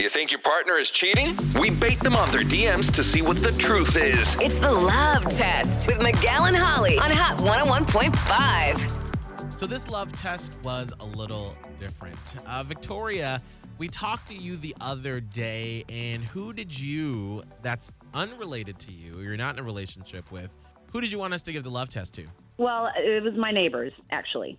You think your partner is cheating? We bait them on their DMs to see what the truth is. It's the love test with Miguel and Holly on Hot 101.5. So this love test was a little different. Uh, Victoria, we talked to you the other day, and who did you that's unrelated to you, you're not in a relationship with, who did you want us to give the love test to? Well, it was my neighbors, actually.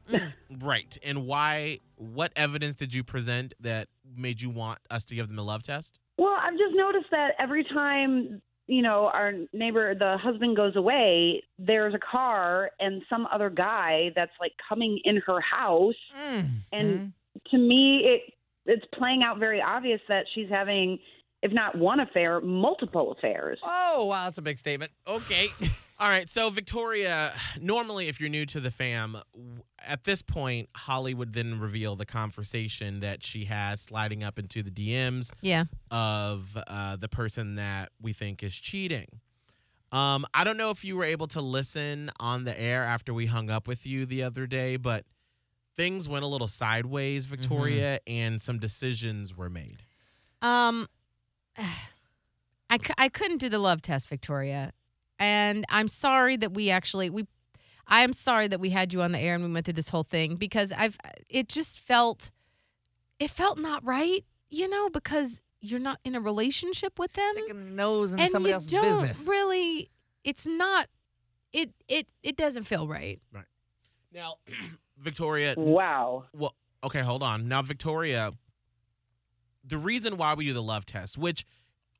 Right. And why, what evidence did you present that made you want us to give them the love test? well, I've just noticed that every time, you know, our neighbor, the husband goes away, there's a car and some other guy that's like coming in her house. Mm-hmm. And to me, it it's playing out very obvious that she's having, if not one affair, multiple affairs. Oh, wow, that's a big statement. Okay. All right, so Victoria, normally if you're new to the fam, w- at this point, Holly would then reveal the conversation that she had sliding up into the DMs Yeah. of uh, the person that we think is cheating. Um, I don't know if you were able to listen on the air after we hung up with you the other day, but things went a little sideways, Mm-hmm. Victoria, and some decisions were made. Um, I, c- I couldn't do the love test, Victoria, and I'm sorry that we actually we. I am sorry that we had you on the air and we went through this whole thing because I've it just felt it felt not right, you know, because you're not in a relationship with them. Sticking their nose in and somebody you else's don't business. really it's not it it it doesn't feel right. Now, Victoria, Wow. Well, okay, hold on. Now, Victoria, the reason why we do the love test, which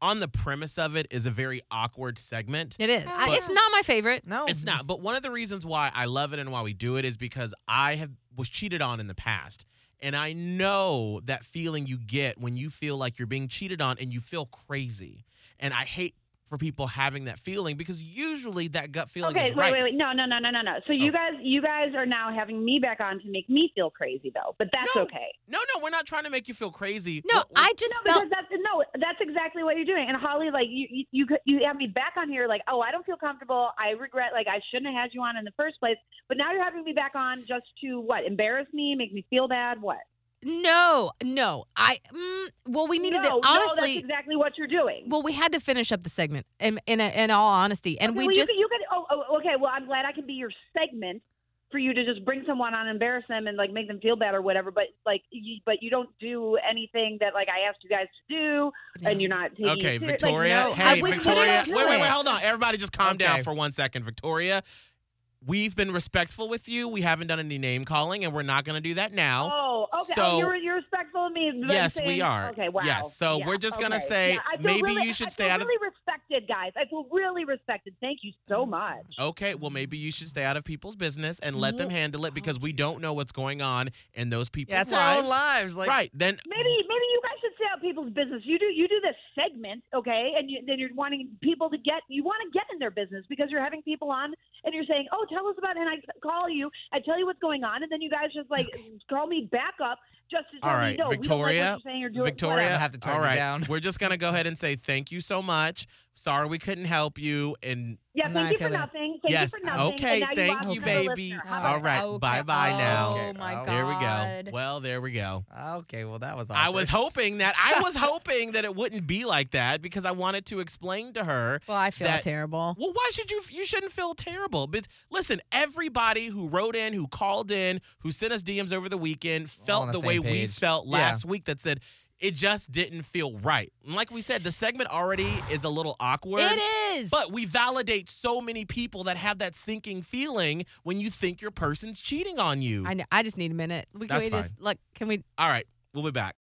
on the premise of it is a very awkward segment. It is. I- But- it's not my favorite. no, It's not, but one of the reasons why I love it and why we do it is because I have was cheated on in the past. And I know that feeling you get when you feel like you're being cheated on and you feel crazy. And I hate for people having that feeling because usually that gut feeling Okay, is wait, right. wait, wait. No, no, no, no, no, no. So you Oh. guys you guys are now having me back on to make me feel crazy though. But that's No. okay. No, no, we're not trying to make you feel crazy. No, What- I just No, felt because that's no, that's exactly what you're doing. And Holly, like you, you, you, you have me back on here, like, oh, I don't feel comfortable. I regret, like, I shouldn't have had you on in the first place. But now you're having me back on just to what? Embarrass me? Make me feel bad? What? no, no. I mm, well, we needed no, to no, honestly. that's exactly what you're doing. Well, we had to finish up the segment, in in, in all honesty, and Okay, we well, just you could, you could, oh, oh, okay. Well, I'm glad I can be your segment for you to just bring someone on, and embarrass them, and like make them feel bad or whatever. But like, you, but you don't do anything that like I asked you guys to do, and you're not taking it Okay, serious. Like, Victoria. no, I hey, wouldn't Victoria. do Wait, wait, wait. it. Hold on. Everybody, just calm down Okay. for one second, Victoria. We've been respectful with you. We haven't done any name calling, and we're not going to do that now. Oh, okay. So- oh, you're, you're respectful of me. but I'm Yes, we saying- are. Okay, wow. Yes, so we're just gonna say I feel maybe really- you should I stay feel out of- really respected, guys. I feel really respected. Thank you Mm. so much. Okay, well, maybe you should stay out of people's business and let them handle it because we don't know what's going on in those people's Yeah, it's our lives. own lives. Like, right. Then Maybe maybe you guys should stay out of people's business. You do you do this segment, okay? And you, then you're wanting people to get you want to get in their business because you're having people on and you're saying, "Oh, tell us about." it," And I call you, I tell you what's going on, and then you guys just like call me back up just to tell All me, right, "No, we don't like what Victoria, you're saying you're doing Victoria, I have to turn all you right, down. we're just gonna go ahead and say thank you so much. Sorry we couldn't help you, and Yeah, No, I thank you feel for that. nothing. Thank Yes, you for nothing. okay, and now thank lost you, another baby. listener. How All about right. that? bye-bye now. Oh my god. Okay, there we go. Well, there we go. Okay, well, that was awkward. I was hoping that I was hoping that it wouldn't be like that because I wanted to explain to her. well, I feel that- terrible. Well, why should you? You shouldn't feel terrible. But listen, everybody who wrote in, who called in, who sent us DMs over the weekend on felt the the same way we page. felt Yeah. last week. That said, it just didn't feel right. And like we said, the segment already is a little awkward. It is. But we validate so many people that have that sinking feeling when you think your person's cheating on you. I know. I just need a minute. We, can That's we just like can we? All right, we'll be back.